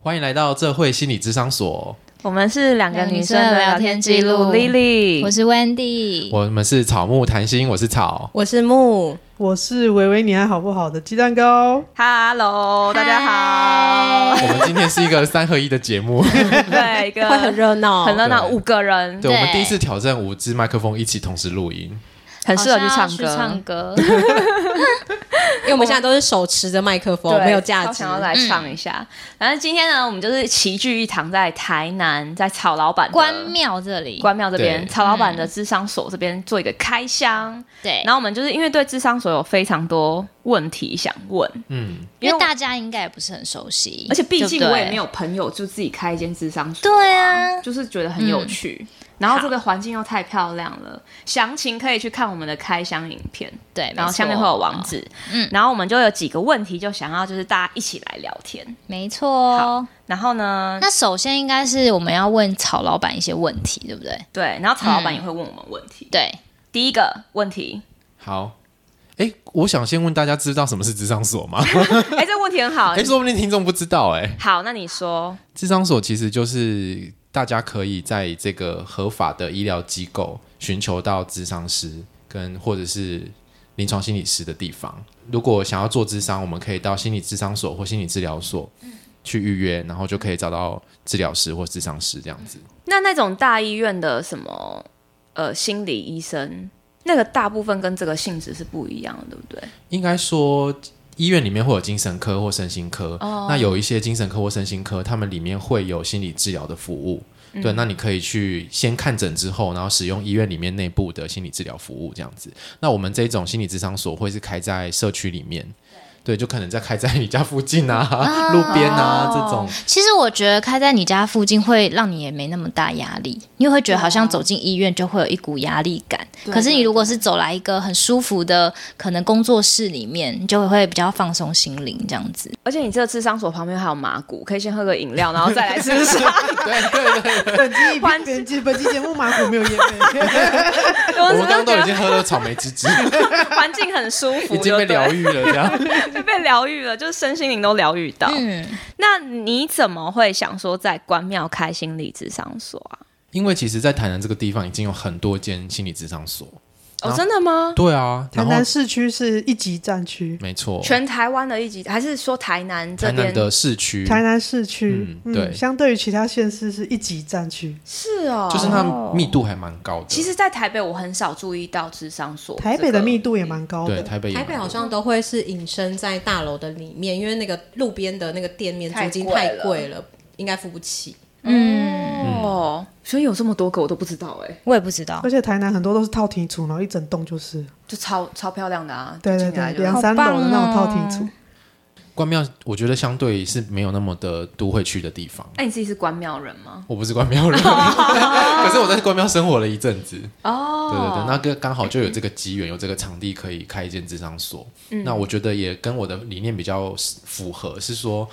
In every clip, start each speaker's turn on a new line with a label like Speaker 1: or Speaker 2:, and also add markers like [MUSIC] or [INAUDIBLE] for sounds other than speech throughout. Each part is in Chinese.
Speaker 1: 欢迎来到这会心理智商所，
Speaker 2: 我们是两个
Speaker 3: 两个
Speaker 2: 女
Speaker 3: 女
Speaker 2: 生
Speaker 3: 生
Speaker 2: 的
Speaker 3: 的聊天记录我
Speaker 2: ，Lily。
Speaker 3: 是 Wendy，
Speaker 1: 我们是草木谈心，我是草。
Speaker 4: 我是木，
Speaker 5: 我是维维，你还好不好的鸡蛋糕？
Speaker 2: Hello，大家
Speaker 3: [LAUGHS]
Speaker 2: 好。
Speaker 1: 我们今天是一个三合一的节目，
Speaker 2: 对，一个
Speaker 4: 会很热闹，
Speaker 2: 很热闹，
Speaker 1: 对
Speaker 2: 五个人，
Speaker 1: 对，我们
Speaker 3: 对
Speaker 1: 第一次挑战五支麦克风一起同时录音，
Speaker 2: 很适合去
Speaker 3: 好
Speaker 2: 唱
Speaker 3: 像要
Speaker 2: 歌。
Speaker 3: 唱歌，
Speaker 2: [LAUGHS]
Speaker 4: 因为我们现在都是手持着麦克风，
Speaker 2: 对
Speaker 4: 没有架
Speaker 2: 超
Speaker 4: 子
Speaker 2: 想。要来唱一下。反正今天呢，我们就是齐聚一堂，在台南，在草老板的
Speaker 3: 关庙这里，
Speaker 2: [LAUGHS] 关庙这边，
Speaker 1: 对
Speaker 2: 曹老板的智商所这边做一个开箱。
Speaker 3: 对，
Speaker 2: 然后我们就是因为对智商所有非常多问题想问，
Speaker 1: 嗯，
Speaker 3: 因
Speaker 2: 因为
Speaker 3: 为大家应该也不是很熟悉，
Speaker 2: 而且毕竟我也没
Speaker 3: 有，
Speaker 2: 有朋友就自己开一间智商所、
Speaker 3: 对 [LAUGHS] 啊
Speaker 2: 就是觉得很有趣。然后这个环境又太漂亮了，详情可以去看我们的开箱影片，
Speaker 3: 对，
Speaker 2: 然后
Speaker 3: 没错
Speaker 2: 下面会有网，址。嗯
Speaker 3: 嗯，
Speaker 2: 然后我们就有几个问题，就想要就是大家一起来聊天。
Speaker 3: 没错。哦
Speaker 2: 然后呢，
Speaker 3: 那首先应该是我们要问曹老板一些问题，对不对？
Speaker 2: 对，然后曹老板
Speaker 3: 嗯
Speaker 2: 也会问我们问题。
Speaker 3: 对，
Speaker 2: 第一个问题，
Speaker 1: 好。哎，我想先问大家，知道什么是智商所吗？
Speaker 2: 哎，这个问题很好。
Speaker 1: 哎，说不定听众不知道、哎，
Speaker 2: 好，那你说，
Speaker 1: 智商所其实就是大家可以在这个合法的医疗机构寻求到智商师跟或者是临床心理师的地方。如果想要做智商，我们可以到心理智商所或心理治疗所去预约，然后就可以找到治疗师或智商师这样子。
Speaker 2: 那那种大医院的什么呃心理医生，那个大部分跟这个性质是不一样的，对不对？
Speaker 1: 应该说。医院里面会有精神科或身心科那有一些精神科或身心科，他们里面会有心理治疗的服务。对，那你可以去先看诊之后，然后使用医院里面内部的心理治疗服务这样子。那我们这种心理咨商所会是开在社区里面，对，就可能在开在你家附近啊、路边啊、这种。
Speaker 3: 其实我觉得开在你家附近会让你也没那么大压力，你也会
Speaker 2: 啊
Speaker 3: 觉得好像走进医院就会有一股压力感。可是你如果是走来一个很舒服的，可能工作室里面，你就会比较放松心灵这样子。
Speaker 2: 而且你这个智商所旁边还有麻古，可以先喝个饮料，然后再来
Speaker 1: [LAUGHS]
Speaker 2: 吃沙。
Speaker 1: [LAUGHS] 对对对，
Speaker 5: 本期
Speaker 2: 环
Speaker 5: 本期本期节目马虎没有烟
Speaker 1: [LAUGHS]
Speaker 5: 味，
Speaker 2: 我
Speaker 1: 我
Speaker 2: 哦是
Speaker 1: 们
Speaker 2: 不
Speaker 1: 刚刚
Speaker 2: 是
Speaker 1: 都已
Speaker 2: 觉
Speaker 1: 经喝了草莓汁汁，
Speaker 2: 得环境很舒服，
Speaker 1: 已经被
Speaker 2: 就对
Speaker 1: 疗，愈了这样。
Speaker 2: 就 [LAUGHS] 被疗愈了，就是身心灵都疗愈到。
Speaker 3: 嗯，
Speaker 2: 那你怎么会想说在关庙开心理智商所啊？
Speaker 1: 因为其实，在台南这个地方已经有很多间心理咨商所。
Speaker 2: 哦，
Speaker 1: 啊
Speaker 2: 真的吗？
Speaker 1: 对啊，
Speaker 5: 台
Speaker 1: 然后
Speaker 5: 南市区是一级战区，
Speaker 1: 没错，
Speaker 2: 全台湾的一级，还是说台南这
Speaker 1: 台南
Speaker 2: 边？
Speaker 1: 的市区，
Speaker 5: 台南市区，
Speaker 1: 嗯对
Speaker 5: 相对于其他县市是一级战区，
Speaker 2: 是哦，
Speaker 1: 就是它密度还蛮高的。
Speaker 2: 其实，在台北我很少注意到智商所这个，
Speaker 5: 台北的密度也蛮高
Speaker 1: 对
Speaker 5: 的，
Speaker 1: 台北也
Speaker 4: 台
Speaker 1: 蛮
Speaker 4: 北好
Speaker 1: 多
Speaker 4: 像都会是隐身在大楼的里面，因为那个路边的那个店面
Speaker 2: 太
Speaker 4: 租金
Speaker 2: 贵
Speaker 4: 太
Speaker 2: 了
Speaker 4: 贵了，应该付不起。
Speaker 5: 嗯
Speaker 2: 哦，所以有这么多个我都不知道哎、
Speaker 3: 嗯我也不知道
Speaker 5: 而。且台南很多都是套厅处，然后一整栋就是，
Speaker 2: 就超超漂亮的啊，
Speaker 5: 对
Speaker 2: 就
Speaker 5: 对
Speaker 2: 进来
Speaker 5: 对，
Speaker 2: 就
Speaker 5: 两三楼的那种套厅处。
Speaker 1: 关庙，我觉得相对是没有那么的都会区的地方。
Speaker 2: 哎、你自己是关庙人吗？
Speaker 1: 我不是关庙
Speaker 4: [LAUGHS]
Speaker 1: 人， [LAUGHS] 可是我在关庙生活了一阵子。
Speaker 2: 哦
Speaker 1: 对对对，那个刚好就有这个机缘，有这个场地可以开一间智商所。
Speaker 4: 嗯
Speaker 1: 那我觉得也跟我的理念比较符合，是说。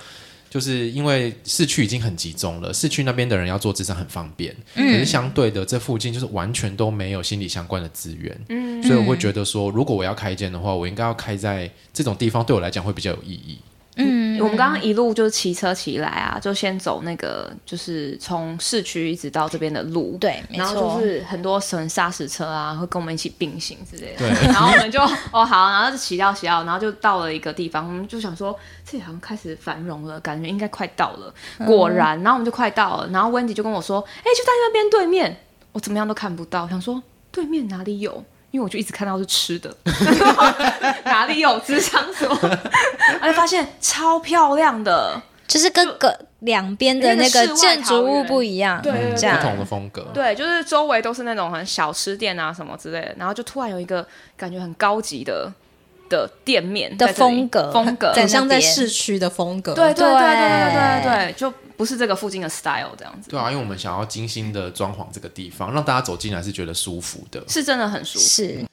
Speaker 1: 就是因为市区已经很集中了，市区那边的人要做智商很方便，
Speaker 4: 嗯
Speaker 1: 可是相对的这附近就是完全都没有心理相关的资源，
Speaker 2: 嗯
Speaker 1: 所以我会觉得说，如果我要开一间的话，我应该要开在这种地方，对我来讲会比较有意义。
Speaker 3: 嗯，
Speaker 2: 我们刚刚一路就是骑车骑来啊，就先走那个就是从市区一直到这边的路，，
Speaker 3: 对，没
Speaker 2: 然后
Speaker 3: 错，
Speaker 2: 就是很多神砂石车啊，会跟我们一起并行之
Speaker 3: [LAUGHS]
Speaker 2: 类的，
Speaker 1: 对
Speaker 2: 然后我们就哦好，然后就骑到骑到，然后就到了一个地方，我们就想说这里好像开始繁荣了，感觉应该快到了，
Speaker 3: 嗯
Speaker 2: 果然，然后我们就快到了，然后温迪就跟我说，哎、就在那边对面，我怎么样都看不到，我想说对面哪里有。因为我就一直看到是吃的， [LAUGHS] 哪里有 [LAUGHS] 智商所，而且发现超漂亮的，
Speaker 3: 就是跟个两边的那个建筑物不一样，
Speaker 2: 对对对
Speaker 3: 嗯这
Speaker 1: 不同
Speaker 3: 样
Speaker 1: 的风格，
Speaker 2: 对，就是周围都是那种很小吃店啊什么之类的，然后就突然有一个感觉很高级的的店面
Speaker 3: 的
Speaker 2: 在这里
Speaker 3: 风格
Speaker 2: 风格，嗯
Speaker 3: 在
Speaker 4: 很像在
Speaker 3: 那边
Speaker 4: 市区的风格。
Speaker 2: 对对对对对对
Speaker 3: 对
Speaker 2: 对，就不是这个附近的 style 这样子，
Speaker 1: 对啊，因为我们想要精心的装潢这个地方，让大家走进来是觉得舒服的。
Speaker 2: 是真的很舒服。
Speaker 3: 是。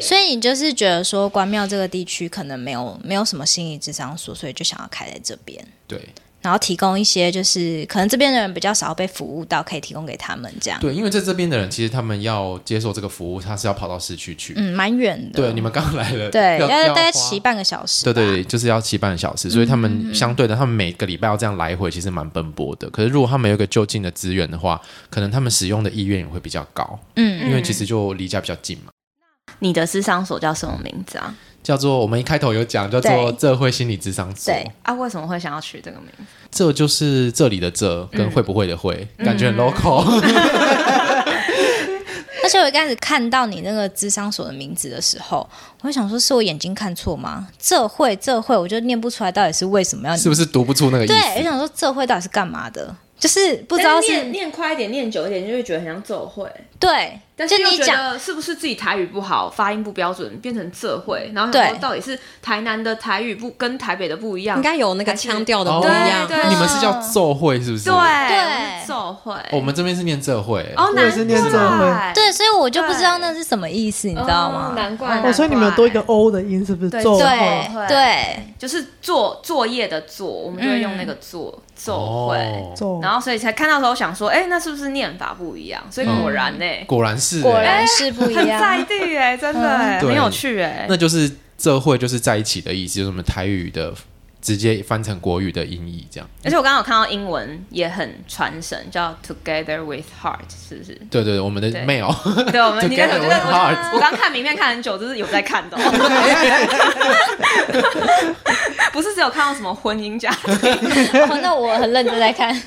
Speaker 3: 所以你就是觉得说关庙这个地区可能没有没有什么心理智商所，所以就想要开在这边。
Speaker 1: 对，
Speaker 3: 然后提供一些就是可能这边的人比较少被服务到，可以提供给他们这样。
Speaker 1: 对，因为在这边的人，其实他们要接受这个服务，他是要跑到市区去。
Speaker 3: 嗯，蛮远的。
Speaker 1: 对，你们刚来了，
Speaker 3: 对，
Speaker 1: 要
Speaker 3: 要大概
Speaker 1: 花
Speaker 3: 骑半个小时吧。嗯
Speaker 1: 对对对，就是要骑半小时，所以他们相对的，他们每个礼拜要这样来回，其实蛮奔波的。可是如果他们有一个就近的资源的话，可能他们使用的意愿也会比较高，
Speaker 3: 嗯，
Speaker 1: 因为其实就离家比较近嘛。
Speaker 2: 你的智商所叫什么名字啊？
Speaker 1: 叫做我们一开头有讲，叫做
Speaker 3: 对
Speaker 1: 这会心理智商所，
Speaker 3: 对
Speaker 2: 啊，为什么会想要取这个名字？
Speaker 1: 这就是这里的这跟会不会的会，
Speaker 3: 嗯
Speaker 1: 感觉很 local。
Speaker 3: [LAUGHS] 而且我一开始看到你那个智商所的名字的时候，我就想说是我眼睛看错吗？这会这会，我就念不出来到底是为什么要
Speaker 1: 是不是读不出那个意
Speaker 3: 对，我
Speaker 1: 思？
Speaker 3: 想说这会到底是干嘛的？就是不知道是
Speaker 2: 念念快一点，念久一点，就会觉得很像奏会。
Speaker 3: 对，
Speaker 2: 但
Speaker 3: 就是
Speaker 2: 又
Speaker 3: 你
Speaker 2: 觉
Speaker 3: 讲
Speaker 2: 得是不是自己台语不好，发音不标准，变成浙会，然后想说
Speaker 3: 对
Speaker 2: 到底是台南的台语不跟台北的不一样？
Speaker 4: 应该有那个腔调的不
Speaker 2: 哦
Speaker 4: 一
Speaker 2: 对
Speaker 4: 样。
Speaker 2: 啊对，
Speaker 1: 哦你们是叫奏会是不是？
Speaker 2: 对，
Speaker 3: 对
Speaker 2: 对奏会。
Speaker 1: 我们这边是念这会。
Speaker 2: 哦，
Speaker 5: 我
Speaker 2: 难
Speaker 5: 也是念浙
Speaker 2: 怪
Speaker 5: 会，
Speaker 3: 对，所以我就不知道那是什么意思，你
Speaker 2: 你
Speaker 3: 知道吗？
Speaker 2: 难怪，
Speaker 5: 哦，所以你们有多一个 o 的音，是不是？
Speaker 2: 啊对
Speaker 5: 奏
Speaker 3: 对
Speaker 5: 会
Speaker 2: 会
Speaker 3: 对，
Speaker 2: 就是作作业的作，我们就会用那
Speaker 3: 嗯
Speaker 2: 个作奏会。
Speaker 1: 哦，
Speaker 5: 奏
Speaker 2: 然后所以才看到的时候想说，哎，那是不是念法不一样？所
Speaker 5: 嗯
Speaker 2: 以果然呢，
Speaker 3: 嗯
Speaker 1: 果然是、欸，
Speaker 3: 果然是不一
Speaker 2: 很在
Speaker 3: 样。
Speaker 2: 地哎，真的
Speaker 3: 嗯
Speaker 2: 哎，
Speaker 1: 对
Speaker 2: 很有趣哎。
Speaker 1: 那就是这会就是在一起的意思，就是我们台语的直接翻成国语的音译这样。
Speaker 2: 而且我刚刚有看到英文也很传神，叫 Together with Heart，是不是？ [LAUGHS]
Speaker 1: 对对对，我们的
Speaker 2: 对
Speaker 1: mail
Speaker 2: 对，我们你看，我
Speaker 1: Together
Speaker 2: 觉得
Speaker 1: with heart
Speaker 2: 我我刚看名片看很久，就是有在看的哦，
Speaker 5: [LAUGHS]
Speaker 2: [LAUGHS] 不是只有看到什么婚姻家庭，
Speaker 3: 哦那我很认真
Speaker 2: [LAUGHS]
Speaker 3: 在看，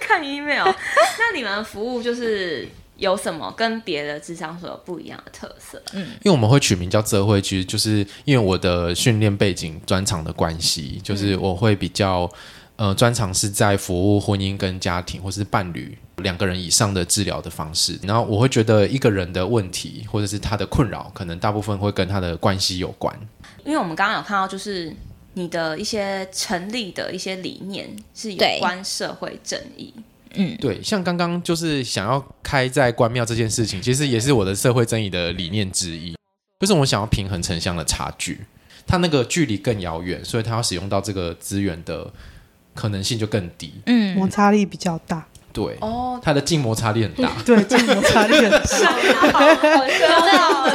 Speaker 2: 看 email。那你们服务就是有什么跟别的智商所有不一样的特色？
Speaker 1: 因为我们会取名叫这会，其实就是因为我的训练背景专长的关系，就是我会比较呃专长是在服务婚姻跟家庭或是伴侣两个人以上的治疗的方式。然后我会觉得一个人的问题或者是他的困扰，可能大部分会跟他的关系有关。
Speaker 2: 因为我们刚刚有看到，就是你的一些成立的一些理念是有
Speaker 3: 对
Speaker 2: 关社会正义，
Speaker 1: 对，像刚刚就是想要开在关庙这件事情，其实也是我的社会正义的理念之一，就是我想要平衡城乡的差距，它那个距离更遥远，所以它要使用到这个资源的可能性就更低。
Speaker 5: 摩
Speaker 3: 嗯，
Speaker 5: 擦力比较大，
Speaker 1: 对，
Speaker 2: 哦，
Speaker 1: 它的静摩擦力很大。
Speaker 5: 对，这个摩擦力
Speaker 2: [LAUGHS]
Speaker 5: 很大，
Speaker 2: 啊
Speaker 3: 这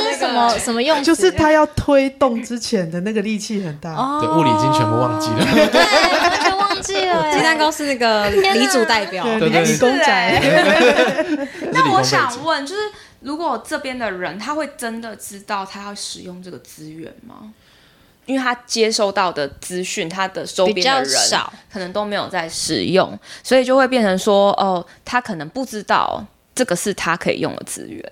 Speaker 3: 这是什么什么用词？
Speaker 5: 就是它要推动之前的那个力气很大。
Speaker 2: 哦
Speaker 1: 对，物理已经全部忘记了。
Speaker 3: 对，完全忘记了
Speaker 4: 鸡蛋
Speaker 3: 耶。
Speaker 4: 糕是那个李主代表，
Speaker 5: 对，哎
Speaker 1: 对
Speaker 5: 你看你
Speaker 1: 对
Speaker 5: 公仔，
Speaker 2: [LAUGHS]
Speaker 1: [LAUGHS] 这是理
Speaker 2: 那我
Speaker 5: [LAUGHS]
Speaker 1: 工背景
Speaker 2: 想问，就是如果这边的人他会真的知道他要使用这个资源吗？因为他接收到的资讯，他的周
Speaker 3: 比
Speaker 2: 边
Speaker 3: 较
Speaker 2: 的人
Speaker 3: 少，
Speaker 2: 可能都没有在使用，所以就会变成说，哦，他可能不知道这个是他可以用的资源。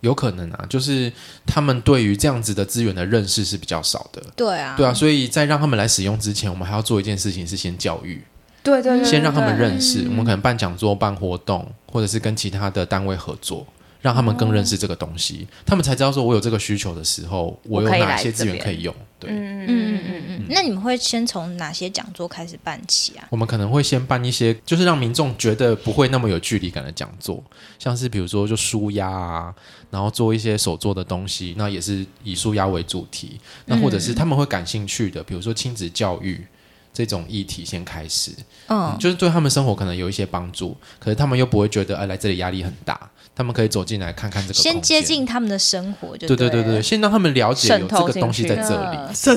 Speaker 1: 有可能啊，就是他们对于这样子的资源的认识是比较少的。
Speaker 3: 对啊，
Speaker 1: 对啊，所以在让他们来使用之前，我们还要做一件事情，是先教育。
Speaker 2: 对嗯对对
Speaker 1: 先让他们认识，我们可能办讲座、办活动，或者是跟其他的单位合作，让他们更认识
Speaker 2: 哦
Speaker 1: 这个东西，他们才知道说我有这个需求的时候，我有
Speaker 2: 我可以
Speaker 1: 哪
Speaker 2: 来
Speaker 1: 些资源
Speaker 2: 这边
Speaker 1: 可以用。对，
Speaker 2: 嗯
Speaker 3: 嗯嗯嗯嗯。那你们会先从哪些讲座开始办起啊？
Speaker 1: 我们可能会先办一些，就是让民众觉得不会那么有距离感的讲座，像是比如说就舒压啊，然后做一些手做的东西，那也是以舒压为主题，那或者
Speaker 2: 嗯
Speaker 1: 是他们会感兴趣的，比如说亲子教育这种议题先开始，
Speaker 3: 嗯，
Speaker 1: 就是对他们生活可能有一些帮助，可是他们又不会觉得，哎、来这里压力很大。他们可以走进来看看这个，
Speaker 3: 先接近。他们的生活就
Speaker 1: 对
Speaker 3: 对
Speaker 1: 对对对，
Speaker 3: 了，
Speaker 1: 先让他们了解有这
Speaker 2: 渗透
Speaker 1: 个东西在
Speaker 2: 进
Speaker 1: 这
Speaker 2: 去
Speaker 1: 里。
Speaker 3: 嗯
Speaker 5: 真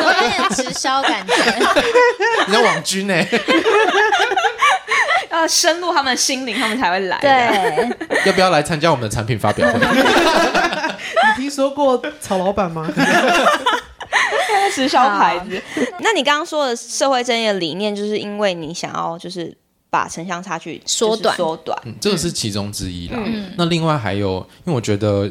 Speaker 3: [LAUGHS] 有点直销感觉。
Speaker 1: 你要网军呢、
Speaker 2: 要深入他们心灵，他们才会来。，啊
Speaker 3: 对，
Speaker 1: 要不要来参加我们的产品发表会？
Speaker 3: [LAUGHS]
Speaker 5: 你听说过曹老板 [LAUGHS] 吗？
Speaker 2: 直销牌子。那你刚刚说的社会正义的理念，就是因为你想要就是把城乡差距就是
Speaker 3: 缩短
Speaker 2: 缩短。
Speaker 1: 嗯这个是其中之一啦。
Speaker 3: 嗯
Speaker 1: 那另外还有，因为我觉得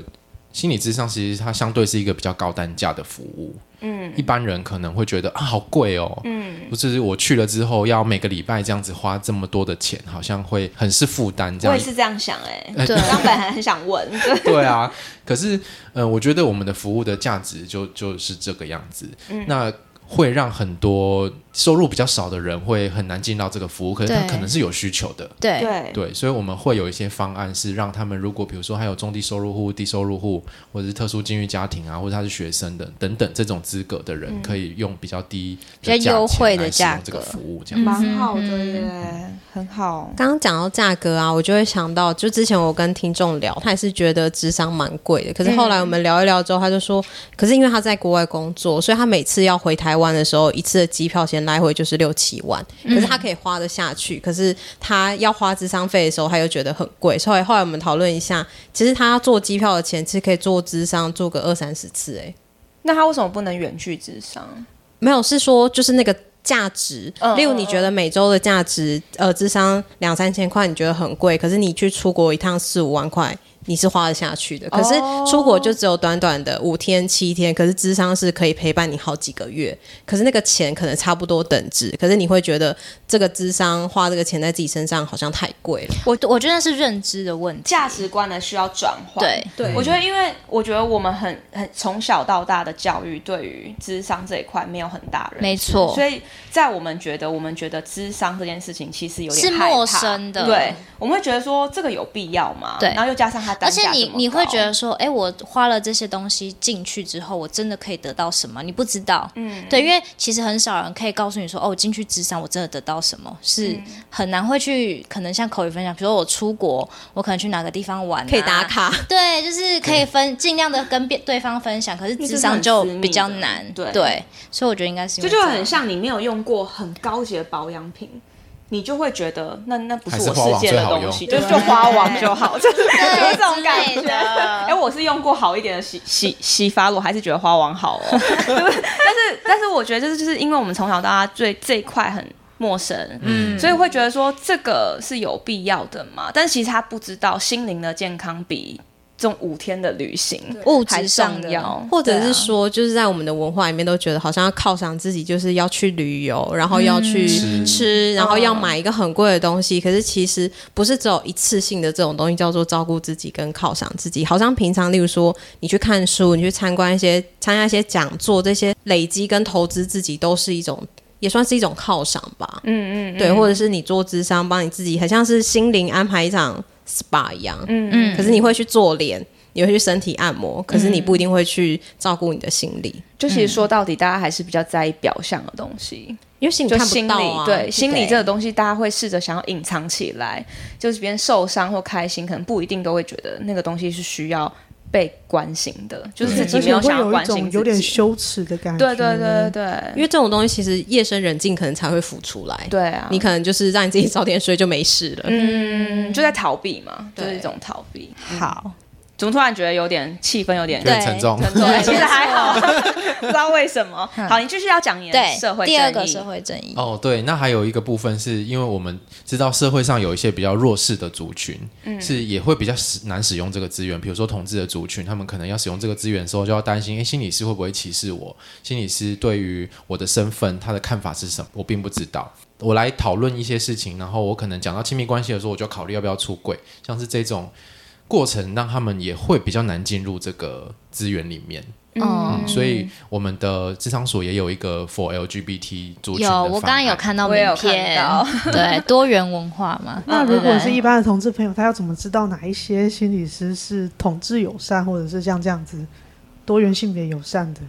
Speaker 1: 心理智商其实它相对是一个比较高单价的服务。嗯，一般人可能会觉得啊，好贵哦。嗯，就是我去了之后，要每个礼拜这样子花这么多的钱，好像会很是负担这
Speaker 2: 我
Speaker 1: 样
Speaker 2: 也。是这样想哎、
Speaker 1: 哎
Speaker 2: 我刚本来很想 [LAUGHS] 问，对
Speaker 1: [LAUGHS] 对啊，呃可是，嗯、我觉得我们的服务的价值就就是这个样子。那会让很多收入比较少的人会很难进到这个服务，可是他
Speaker 3: 对
Speaker 1: 可能是有需求的。
Speaker 3: 对
Speaker 2: 对
Speaker 1: 对，所以我们会有一些方案是让他们，如果比如说还有中低收入户、低收入户，或者是特殊境遇家庭啊，或者他是学生的等等这种资格的人，可以用比较低、
Speaker 3: 嗯比较优惠的
Speaker 1: 价钱
Speaker 3: 价
Speaker 1: 来使用这个
Speaker 3: 格
Speaker 1: 服务，这样子。
Speaker 2: 蛮好的耶，很好。
Speaker 4: 刚刚讲到价格啊，我就会想到，就之前我跟听众聊，他也是觉得智商蛮贵的。可是后来我们聊一聊之后，他就说，可是因为他在国外工作，所以他每次要回台湾的时候，一次的机票钱来回就是六七万，可是他可以花得下去。可是他要花智商费的时候，他又觉得很贵。所以后来我们讨论一下，其实他做机票的钱，其实可以做智商做个二三十次、欸，
Speaker 2: 那他为什么不能远距智商？
Speaker 4: 没有，是说就是那个价值
Speaker 2: 嗯，
Speaker 4: 例如你觉得每周的价值，呃，智商两三千块，你觉得很贵，可是你去出国一趟四五万块，你是花得下去的。可是出国就只有短短的五天七天，可是智商是可以陪伴你好几个月，可是那个钱可能差不多等值，可是你会觉得这个智商花这个钱在自己身上好像太贵了。
Speaker 3: 我我觉得是认知的问题。
Speaker 2: 价值观呢需要转换。
Speaker 3: 对，
Speaker 4: 对
Speaker 2: 我觉得，因为我觉得我们很很从小到大的教育对于智商这一块没有很大认知，
Speaker 3: 没错
Speaker 2: 所以在我们觉得，我们觉得智商这件事情其实有点
Speaker 3: 是
Speaker 2: 害怕
Speaker 3: 陌生的
Speaker 2: 对，我们会觉得说这个有必要吗？
Speaker 3: 对
Speaker 2: 然后又加上它单
Speaker 3: 而
Speaker 2: 价
Speaker 3: 且
Speaker 2: 这
Speaker 3: 你
Speaker 2: 么
Speaker 3: 你会
Speaker 2: 高
Speaker 3: 觉得说，哎，我花了这些东西进去之后，我真的可以得到什么？你不知道，嗯，对，因为其实很少人可以告诉你说，哦，我进去智商，我真的得到什么，是很难会去，可能像口语分享，比如说我出国，我可能去哪个地方玩、啊
Speaker 4: 可以打，卡，
Speaker 3: 对，就是可以分尽量的跟别对方分享，可是
Speaker 2: 这
Speaker 3: 智
Speaker 2: 是
Speaker 3: 商
Speaker 2: 很
Speaker 3: 就
Speaker 2: 私密
Speaker 3: 比较
Speaker 2: 的
Speaker 3: 难，
Speaker 2: 对
Speaker 3: 所以我觉得应该是因
Speaker 2: 这
Speaker 3: 为
Speaker 2: 就
Speaker 3: 样
Speaker 2: 很像你没有用过很高级的保养品。你就会觉得那那不
Speaker 1: 还是
Speaker 2: 我
Speaker 1: 花王
Speaker 2: 世界
Speaker 1: 最
Speaker 2: 的
Speaker 1: 好
Speaker 2: 东
Speaker 1: 用
Speaker 2: 西，就就花王就好，就是有这种感
Speaker 3: 之
Speaker 2: 觉。
Speaker 3: 类的
Speaker 2: 哎、我是用过好一点的洗洗洗发露，还是觉得花王好哦。 [LAUGHS] 但是但是我觉得就是就是因为我们从小到大对这一块很陌生，嗯，所以会觉得说这个是有必要的嘛。但是其实他不知道心灵的健康比这种五天的旅行
Speaker 3: 物
Speaker 2: 还
Speaker 3: 质上
Speaker 2: 重
Speaker 3: 的
Speaker 2: 要，
Speaker 4: 或者
Speaker 3: 对啊
Speaker 4: 是说，就是在我们的文化里面都觉得好像要犒赏自己，就是要去旅游，然后要去
Speaker 1: 吃
Speaker 4: 吃，然后要
Speaker 2: 嗯
Speaker 4: 买一个很贵的东西。可是其实不是只有一次性的这种东西叫做照顾自己跟犒赏自己，好像平常例如说你去看书，你去参观一些参加一些讲座，这些累积跟投资自己都是一种。也算是一种犒赏吧，
Speaker 2: 嗯嗯嗯，
Speaker 4: 对，或者是你做智商，帮你自己，很像是心灵安排一场 SPA 一样，
Speaker 2: 嗯嗯。
Speaker 3: 嗯，
Speaker 4: 可是你会去做脸，你会去身体按摩，可是你不一定会去照顾你的心理，
Speaker 2: 就其实说到底，大家还是比较在意表象的东西，
Speaker 4: 因为心理
Speaker 2: 就
Speaker 4: 看
Speaker 2: 心
Speaker 4: 不
Speaker 2: 理、
Speaker 4: 到啊。
Speaker 2: 对心理这个东西，大家会试着想要隐藏起来。就是别人受伤或开心，可能不一定都会觉得那个东西是需要被关心的，就是自己没
Speaker 5: 而且会
Speaker 2: 想要
Speaker 5: 有
Speaker 2: 关
Speaker 5: 一
Speaker 2: 心
Speaker 5: 种
Speaker 2: 自己
Speaker 5: 有点羞耻的感觉。
Speaker 2: 对对对对对
Speaker 4: 因为这种东西其实夜深人静可能才会浮出来，
Speaker 2: 对啊！
Speaker 4: 你可能就是让你自己早点睡就没事了。
Speaker 2: 嗯，就在逃避嘛，就是一种逃避。好，怎么突然觉得有点气氛有点
Speaker 1: 有点沉重，
Speaker 3: [LAUGHS]
Speaker 2: 对，其实还好，不知道为什么。好，你继续要讲你的
Speaker 3: 对
Speaker 2: 社会
Speaker 3: 第二
Speaker 2: 正
Speaker 3: 个
Speaker 2: 义嗯
Speaker 3: 社会正义，
Speaker 1: 哦，对，那还有一个部分是因为我们知道社会上有一些比较弱势的族群，是也会比较使难使用这个资源，比如说同志的族群，他们可能要使用这个资源的时候，就要担心，哎，心理师会不会歧视我？心理师对于我的身份，他的看法是什么？我并不知道。我来讨论一些事情，然后我可能讲到亲密关系的时候，我就要考虑要不要出轨，像是这种过程，让他们也会比较难进入这个资源里面。
Speaker 3: 嗯，
Speaker 1: 所以我们的智商所也有一个 for LGBT 族群的
Speaker 3: 有我
Speaker 1: 方
Speaker 3: 刚刚有
Speaker 1: 案
Speaker 3: 看到
Speaker 2: 我
Speaker 3: 名
Speaker 2: 也有
Speaker 3: 片
Speaker 2: 看，
Speaker 3: 对，多元文化
Speaker 2: [LAUGHS]
Speaker 3: 嘛，
Speaker 5: 那
Speaker 3: 对
Speaker 5: 如
Speaker 3: 不
Speaker 5: 果
Speaker 3: 对
Speaker 5: 是一般的同志朋友，他要怎么知道哪一些心理师是同志友善，或者是像这样子多元性别友善的？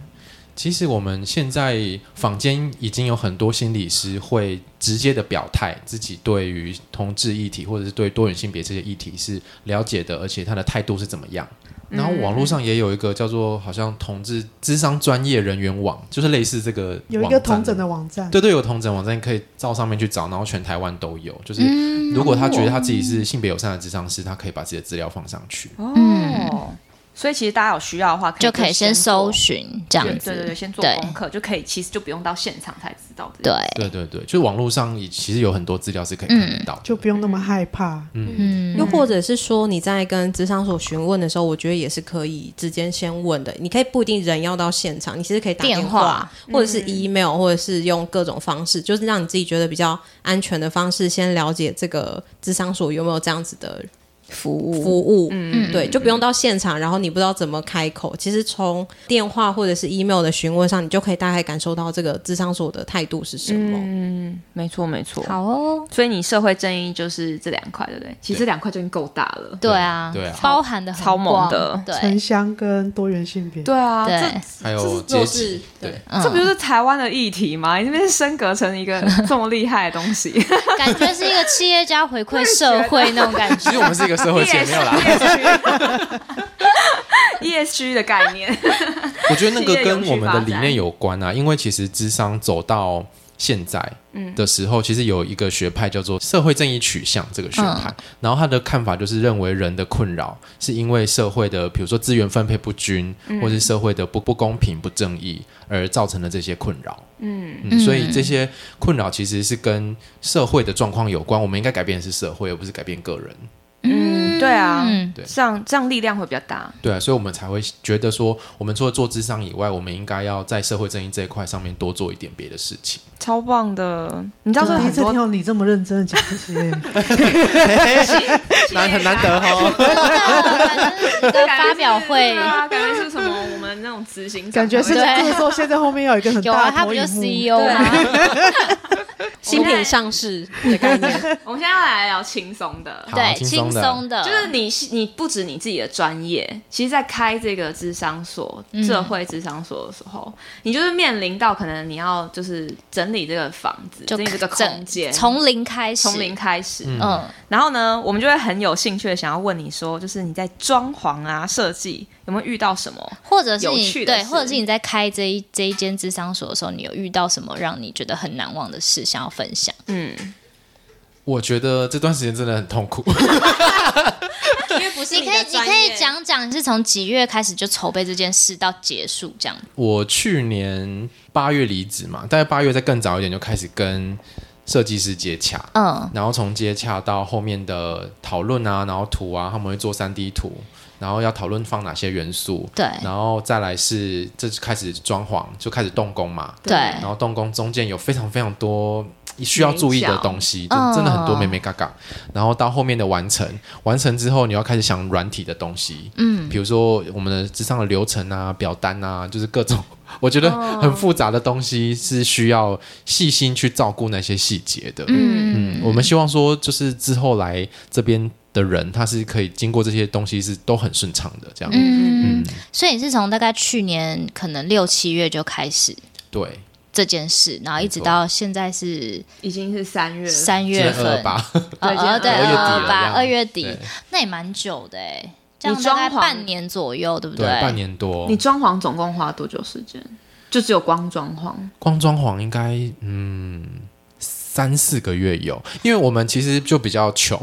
Speaker 1: 其实我们现在坊间已经有很多心理师会直接的表态，自己对于同志议题或者是对多元性别这些议题是了解的，而且他的态度是怎么样。
Speaker 3: 嗯
Speaker 1: 然后网络上也有一个叫做好像同志智商专业人员网，就是类似这个
Speaker 5: 有一个
Speaker 1: 网站
Speaker 5: 同整的网站，
Speaker 1: 对对，有同整网站，你可以照上面去找，然后全台湾都有。就是如果他觉得他自己是性别友善的智商师，他可以把自己的资料放上去。
Speaker 2: 哦，所以其实大家有需要的话，
Speaker 3: 嗯就可以先搜
Speaker 2: 做
Speaker 3: 寻这样
Speaker 2: 对对对，
Speaker 3: 子，
Speaker 2: 先做
Speaker 3: 对
Speaker 2: 功课就可以，其实就不用到现场才知道这
Speaker 3: 对
Speaker 2: 件事。，
Speaker 1: 对对对，就是网络上也其实有很多资料是可以看得到的。
Speaker 5: 就不用那么害怕。
Speaker 3: 嗯，
Speaker 4: 又或者是说你在跟智商所询问的时候，我觉得也是可以直接先问的。你可以不一定人要到现场，你其实可以打电嗯
Speaker 3: 电话
Speaker 4: 或者是 email，、或者是用各种方式，就是让你自己觉得比较安全的方式，先了解这个智商所有没有这样子的
Speaker 3: 服务。
Speaker 4: 服务，
Speaker 2: 嗯
Speaker 4: 对，就不用到现场，然后你不知道怎么开口。其实从电话或者是 email 的询问上，你就可以大概感受到这个智商所的态度是什么。
Speaker 2: 嗯，没错没错。
Speaker 3: 好哦，
Speaker 2: 所以你社会正义就是这两块，对不对？其实这两块就已经够大了。
Speaker 3: 对啊，
Speaker 1: 对啊
Speaker 3: 包含的
Speaker 2: 超猛的
Speaker 5: 城
Speaker 3: 对
Speaker 5: 乡跟多元性别，
Speaker 2: 对啊，
Speaker 3: 对
Speaker 2: 这，
Speaker 1: 还有阶级，对，
Speaker 3: 嗯
Speaker 2: 这不就是台湾的议题吗？你这边升格成一个这么厉害的东西， [LAUGHS]
Speaker 3: 感觉是一个企业家回馈社会那种感
Speaker 1: [LAUGHS] 其实
Speaker 3: 觉。
Speaker 1: 我们哦是一个社
Speaker 2: [LAUGHS]
Speaker 1: 会企业，没有
Speaker 2: E
Speaker 1: 啦。
Speaker 2: ESG E 的概念，
Speaker 1: [LAUGHS] 我觉得那个
Speaker 2: 企业
Speaker 1: 跟
Speaker 2: 永续
Speaker 1: 我们的
Speaker 2: 发
Speaker 1: 理
Speaker 2: 展
Speaker 1: 念有关啊，因为其实智商走到现在
Speaker 2: 嗯
Speaker 1: 的时候，其实有一个学派叫做社会正义取向这个学派，
Speaker 2: 嗯
Speaker 1: 然后他的看法就是认为人的困扰是因为社会的，比如说资源分配不均，
Speaker 2: 嗯
Speaker 1: 或是社会的不不公平、不正义而造成的这些困扰。
Speaker 2: 嗯，
Speaker 3: 嗯
Speaker 1: 嗯，所以这些困扰其实是跟社会的状况有关，我们应该改变的是社会，而不是改变个人。
Speaker 2: 嗯对啊
Speaker 3: 嗯
Speaker 1: 对
Speaker 2: 这样这样力量会比较大。
Speaker 1: 对啊，所以我们才会觉得说，我们除了做智商以外，我们应该要在社会正义这一块上面多做一点别的事情。
Speaker 2: 超棒的！你知道这
Speaker 3: 啊
Speaker 5: 第一
Speaker 2: 很
Speaker 5: 次
Speaker 2: 多
Speaker 5: 听到你这么认真的讲这些，
Speaker 1: [LAUGHS] 难很难得哦。
Speaker 2: [LAUGHS]
Speaker 3: 真的发表会
Speaker 2: 对啊，感觉是什么我们那种执行长，
Speaker 5: [LAUGHS] 感觉是
Speaker 3: 对
Speaker 5: 这个时候现在后面要有一个很
Speaker 3: 有
Speaker 5: 大
Speaker 3: 啊，
Speaker 5: 的
Speaker 3: 他
Speaker 5: 投
Speaker 3: 不
Speaker 5: 影
Speaker 3: 就
Speaker 5: 幕
Speaker 2: E
Speaker 3: CEO
Speaker 2: 啊
Speaker 3: 吗？
Speaker 4: 新品上市的概念，
Speaker 2: 我们现在要来聊轻松的，
Speaker 1: 好
Speaker 3: 对，轻
Speaker 1: 轻松的
Speaker 3: 松的，
Speaker 2: 就是你是你不止你自己的专业，其实，在开这个智商所、
Speaker 3: 嗯
Speaker 2: 社会智商所的时候，你就是面临到可能你要就是整理这个房子，整理这个空间，
Speaker 3: 从零开始，
Speaker 2: 从零开始。
Speaker 3: 嗯。
Speaker 2: 然后呢，我们就会很有兴趣的想要问你说，就是你在装潢啊、设计有没有遇到什么？
Speaker 3: 或者是
Speaker 2: 有
Speaker 3: 你
Speaker 2: 趣的
Speaker 3: 对，
Speaker 2: 事
Speaker 3: 或者是你在开这一这一间智商所的时候，你有遇到什么让你觉得很难忘的事，想要分享？
Speaker 2: 嗯，
Speaker 1: 我觉得这段时间真的很痛苦。
Speaker 2: [LAUGHS]
Speaker 1: [LAUGHS]
Speaker 2: 因为不是
Speaker 3: 你可以，你可以讲讲你是从几月开始就筹备这件事到结束这样。
Speaker 1: 我去年八月离职嘛，大概八月再更早一点就开始跟设计师接洽，
Speaker 3: 嗯，
Speaker 1: 然后从接洽到后面的讨论啊，然后图啊，他们会做三 D 图，然后要讨论放哪些元素，
Speaker 3: 对
Speaker 1: 然后再来是这就开始装潢，就开始动工嘛，
Speaker 3: 对，
Speaker 1: 然后动工中间有非常非常多需要注意的东西，就真的很多
Speaker 3: 嗯
Speaker 1: 美美嘎嘎。然后到后面的完成，完成之后你要开始想软体的东西，嗯，比如说我们的职场的流程啊、表单啊，就是各种我觉得
Speaker 3: 哦
Speaker 1: 很复杂的东西是需要细心去照顾那些细节的。
Speaker 3: 嗯，
Speaker 1: 嗯，我们希望说，就是之后来这边的人，他是可以经过这些东西是都很顺畅的，这样。
Speaker 3: 嗯，所以你是从大概去年可能六七月就开始
Speaker 1: 对，
Speaker 3: 这件事，然后一直到现在是
Speaker 2: 已经是三月了，
Speaker 3: 三月
Speaker 1: 二
Speaker 3: 份
Speaker 1: 二，八，
Speaker 3: 呃
Speaker 2: 对
Speaker 3: 呃对，
Speaker 2: 今
Speaker 1: 天二月
Speaker 3: 二
Speaker 1: 底了
Speaker 3: 八
Speaker 1: 这样
Speaker 3: 二月底
Speaker 1: 对，
Speaker 3: 那也蛮久的哎，这
Speaker 2: 你
Speaker 3: 样大概
Speaker 2: 装潢
Speaker 3: 半年左右，对不
Speaker 1: 对，半年多。
Speaker 2: 你装潢总共花多久时间？就只有光装潢，
Speaker 1: 光装潢应该嗯三四个月有，因为我们其实就比较穷，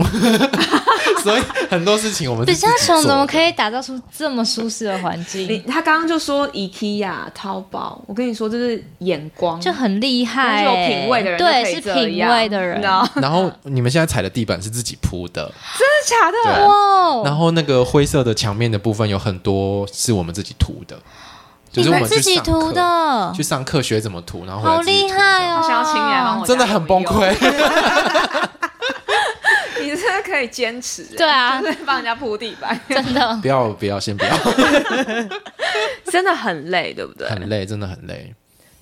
Speaker 1: [LAUGHS] 所以很多事情我们
Speaker 3: 比较穷，怎么可
Speaker 1: 以？
Speaker 3: 以打造出这么舒适的环
Speaker 2: 你
Speaker 3: 境？
Speaker 2: 他刚刚就说 IKEA、淘宝，我跟你说，这是眼光，
Speaker 3: 就很厉害、欸
Speaker 2: 但是有品味的人就可
Speaker 3: 对，
Speaker 2: 以
Speaker 3: 是
Speaker 2: 这
Speaker 3: 品
Speaker 2: 样
Speaker 3: 味的人
Speaker 2: 你知。道
Speaker 3: [LAUGHS]
Speaker 2: 吗
Speaker 1: 然后你们现在踩的地板是自己铺的，
Speaker 2: 真的假
Speaker 1: 对
Speaker 2: 的？
Speaker 3: 哇，哦
Speaker 1: 然后那个灰色的墙面的部分有很多是我们自己涂的，就是
Speaker 3: 你
Speaker 1: 我
Speaker 3: 们
Speaker 1: 们
Speaker 3: 自
Speaker 1: 去
Speaker 3: 己
Speaker 1: 上课
Speaker 3: 涂，的
Speaker 1: 去，上课学怎么涂，然后回来
Speaker 3: 好
Speaker 1: 自己
Speaker 3: 厉
Speaker 1: 涂这样
Speaker 3: 害哦！
Speaker 2: 我想要请你来帮我，
Speaker 1: 真的很崩，溃。
Speaker 2: 你真的可以坚持、欸，
Speaker 3: 对啊
Speaker 2: 就是帮人家铺地板， [LAUGHS]
Speaker 3: 真的
Speaker 1: [LAUGHS] 不要不要，先不要，
Speaker 2: 真的很累，对不对？
Speaker 1: 很累，真的很累。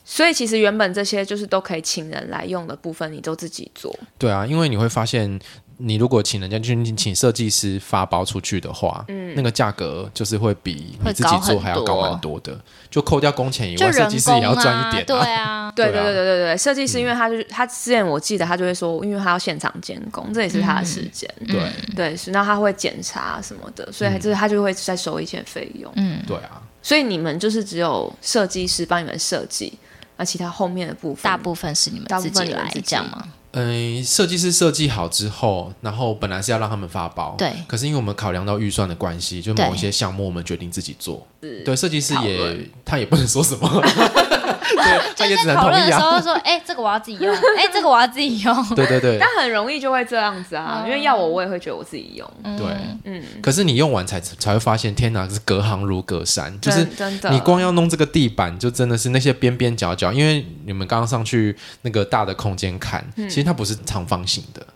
Speaker 2: 所以其实原本这些就是都可以请人来用的部分，你都自己做，
Speaker 1: 对啊，因为你会发现，你如果请人家去请设计师发包出去的话，
Speaker 3: 嗯
Speaker 1: 那个价格就是会比你自己做还要高蛮多的，就扣掉工啊钱以
Speaker 3: [LAUGHS] 就
Speaker 1: 外，设
Speaker 3: 人
Speaker 1: 计师
Speaker 3: 工啊
Speaker 1: 也要赚一点、
Speaker 3: 对啊，
Speaker 2: 对
Speaker 1: 对
Speaker 2: 对
Speaker 1: 啊
Speaker 2: 对对对对，设计师因为他就是、他之前我记得他就会说，因为他要现场监工，这也是他的时间，
Speaker 1: 对、
Speaker 2: 对，是那他会检查什么的，
Speaker 1: 嗯
Speaker 2: 所以就是他就会再收一些费用。
Speaker 3: 嗯
Speaker 1: 对啊，
Speaker 2: 所以你们就是只有设计师帮你们设计，那其他后面的部分，
Speaker 3: 大部分是你们自己
Speaker 2: 大部分
Speaker 3: 来
Speaker 2: 人自己
Speaker 3: 这样吗？
Speaker 1: 嗯，设计师设计好之后，然后本来是要让他们发包，
Speaker 3: 对
Speaker 1: 可是因为我们考量到预算的关系，就
Speaker 3: 对
Speaker 1: 某一些项目我们决定自己做。对，设计师
Speaker 2: 讨
Speaker 1: 也
Speaker 2: 论
Speaker 1: 他也不能说什 [LAUGHS] 么，对，他
Speaker 3: 就
Speaker 1: 也
Speaker 3: 是
Speaker 1: 只
Speaker 3: 在
Speaker 1: 能
Speaker 3: 讨
Speaker 1: 同
Speaker 3: 论
Speaker 1: 意
Speaker 3: 的时
Speaker 1: 啊。
Speaker 3: 候说，哎，这个我要自己
Speaker 1: [LAUGHS]
Speaker 3: 用，哎，这个我要自己用。
Speaker 1: 对对对，
Speaker 2: 但很容易就会这样子
Speaker 3: 哦
Speaker 2: 啊，因为要我我也会觉得我自己用，
Speaker 1: 对，嗯。可是你用完才才会发现，天哪，是隔行如隔山，就
Speaker 2: 真
Speaker 1: 是
Speaker 2: 真的
Speaker 1: 你光要弄这个地板，就真的是那些边边角角，因为你们刚刚上去
Speaker 3: 嗯
Speaker 1: 那个大的空间看，其实它不是长方形的，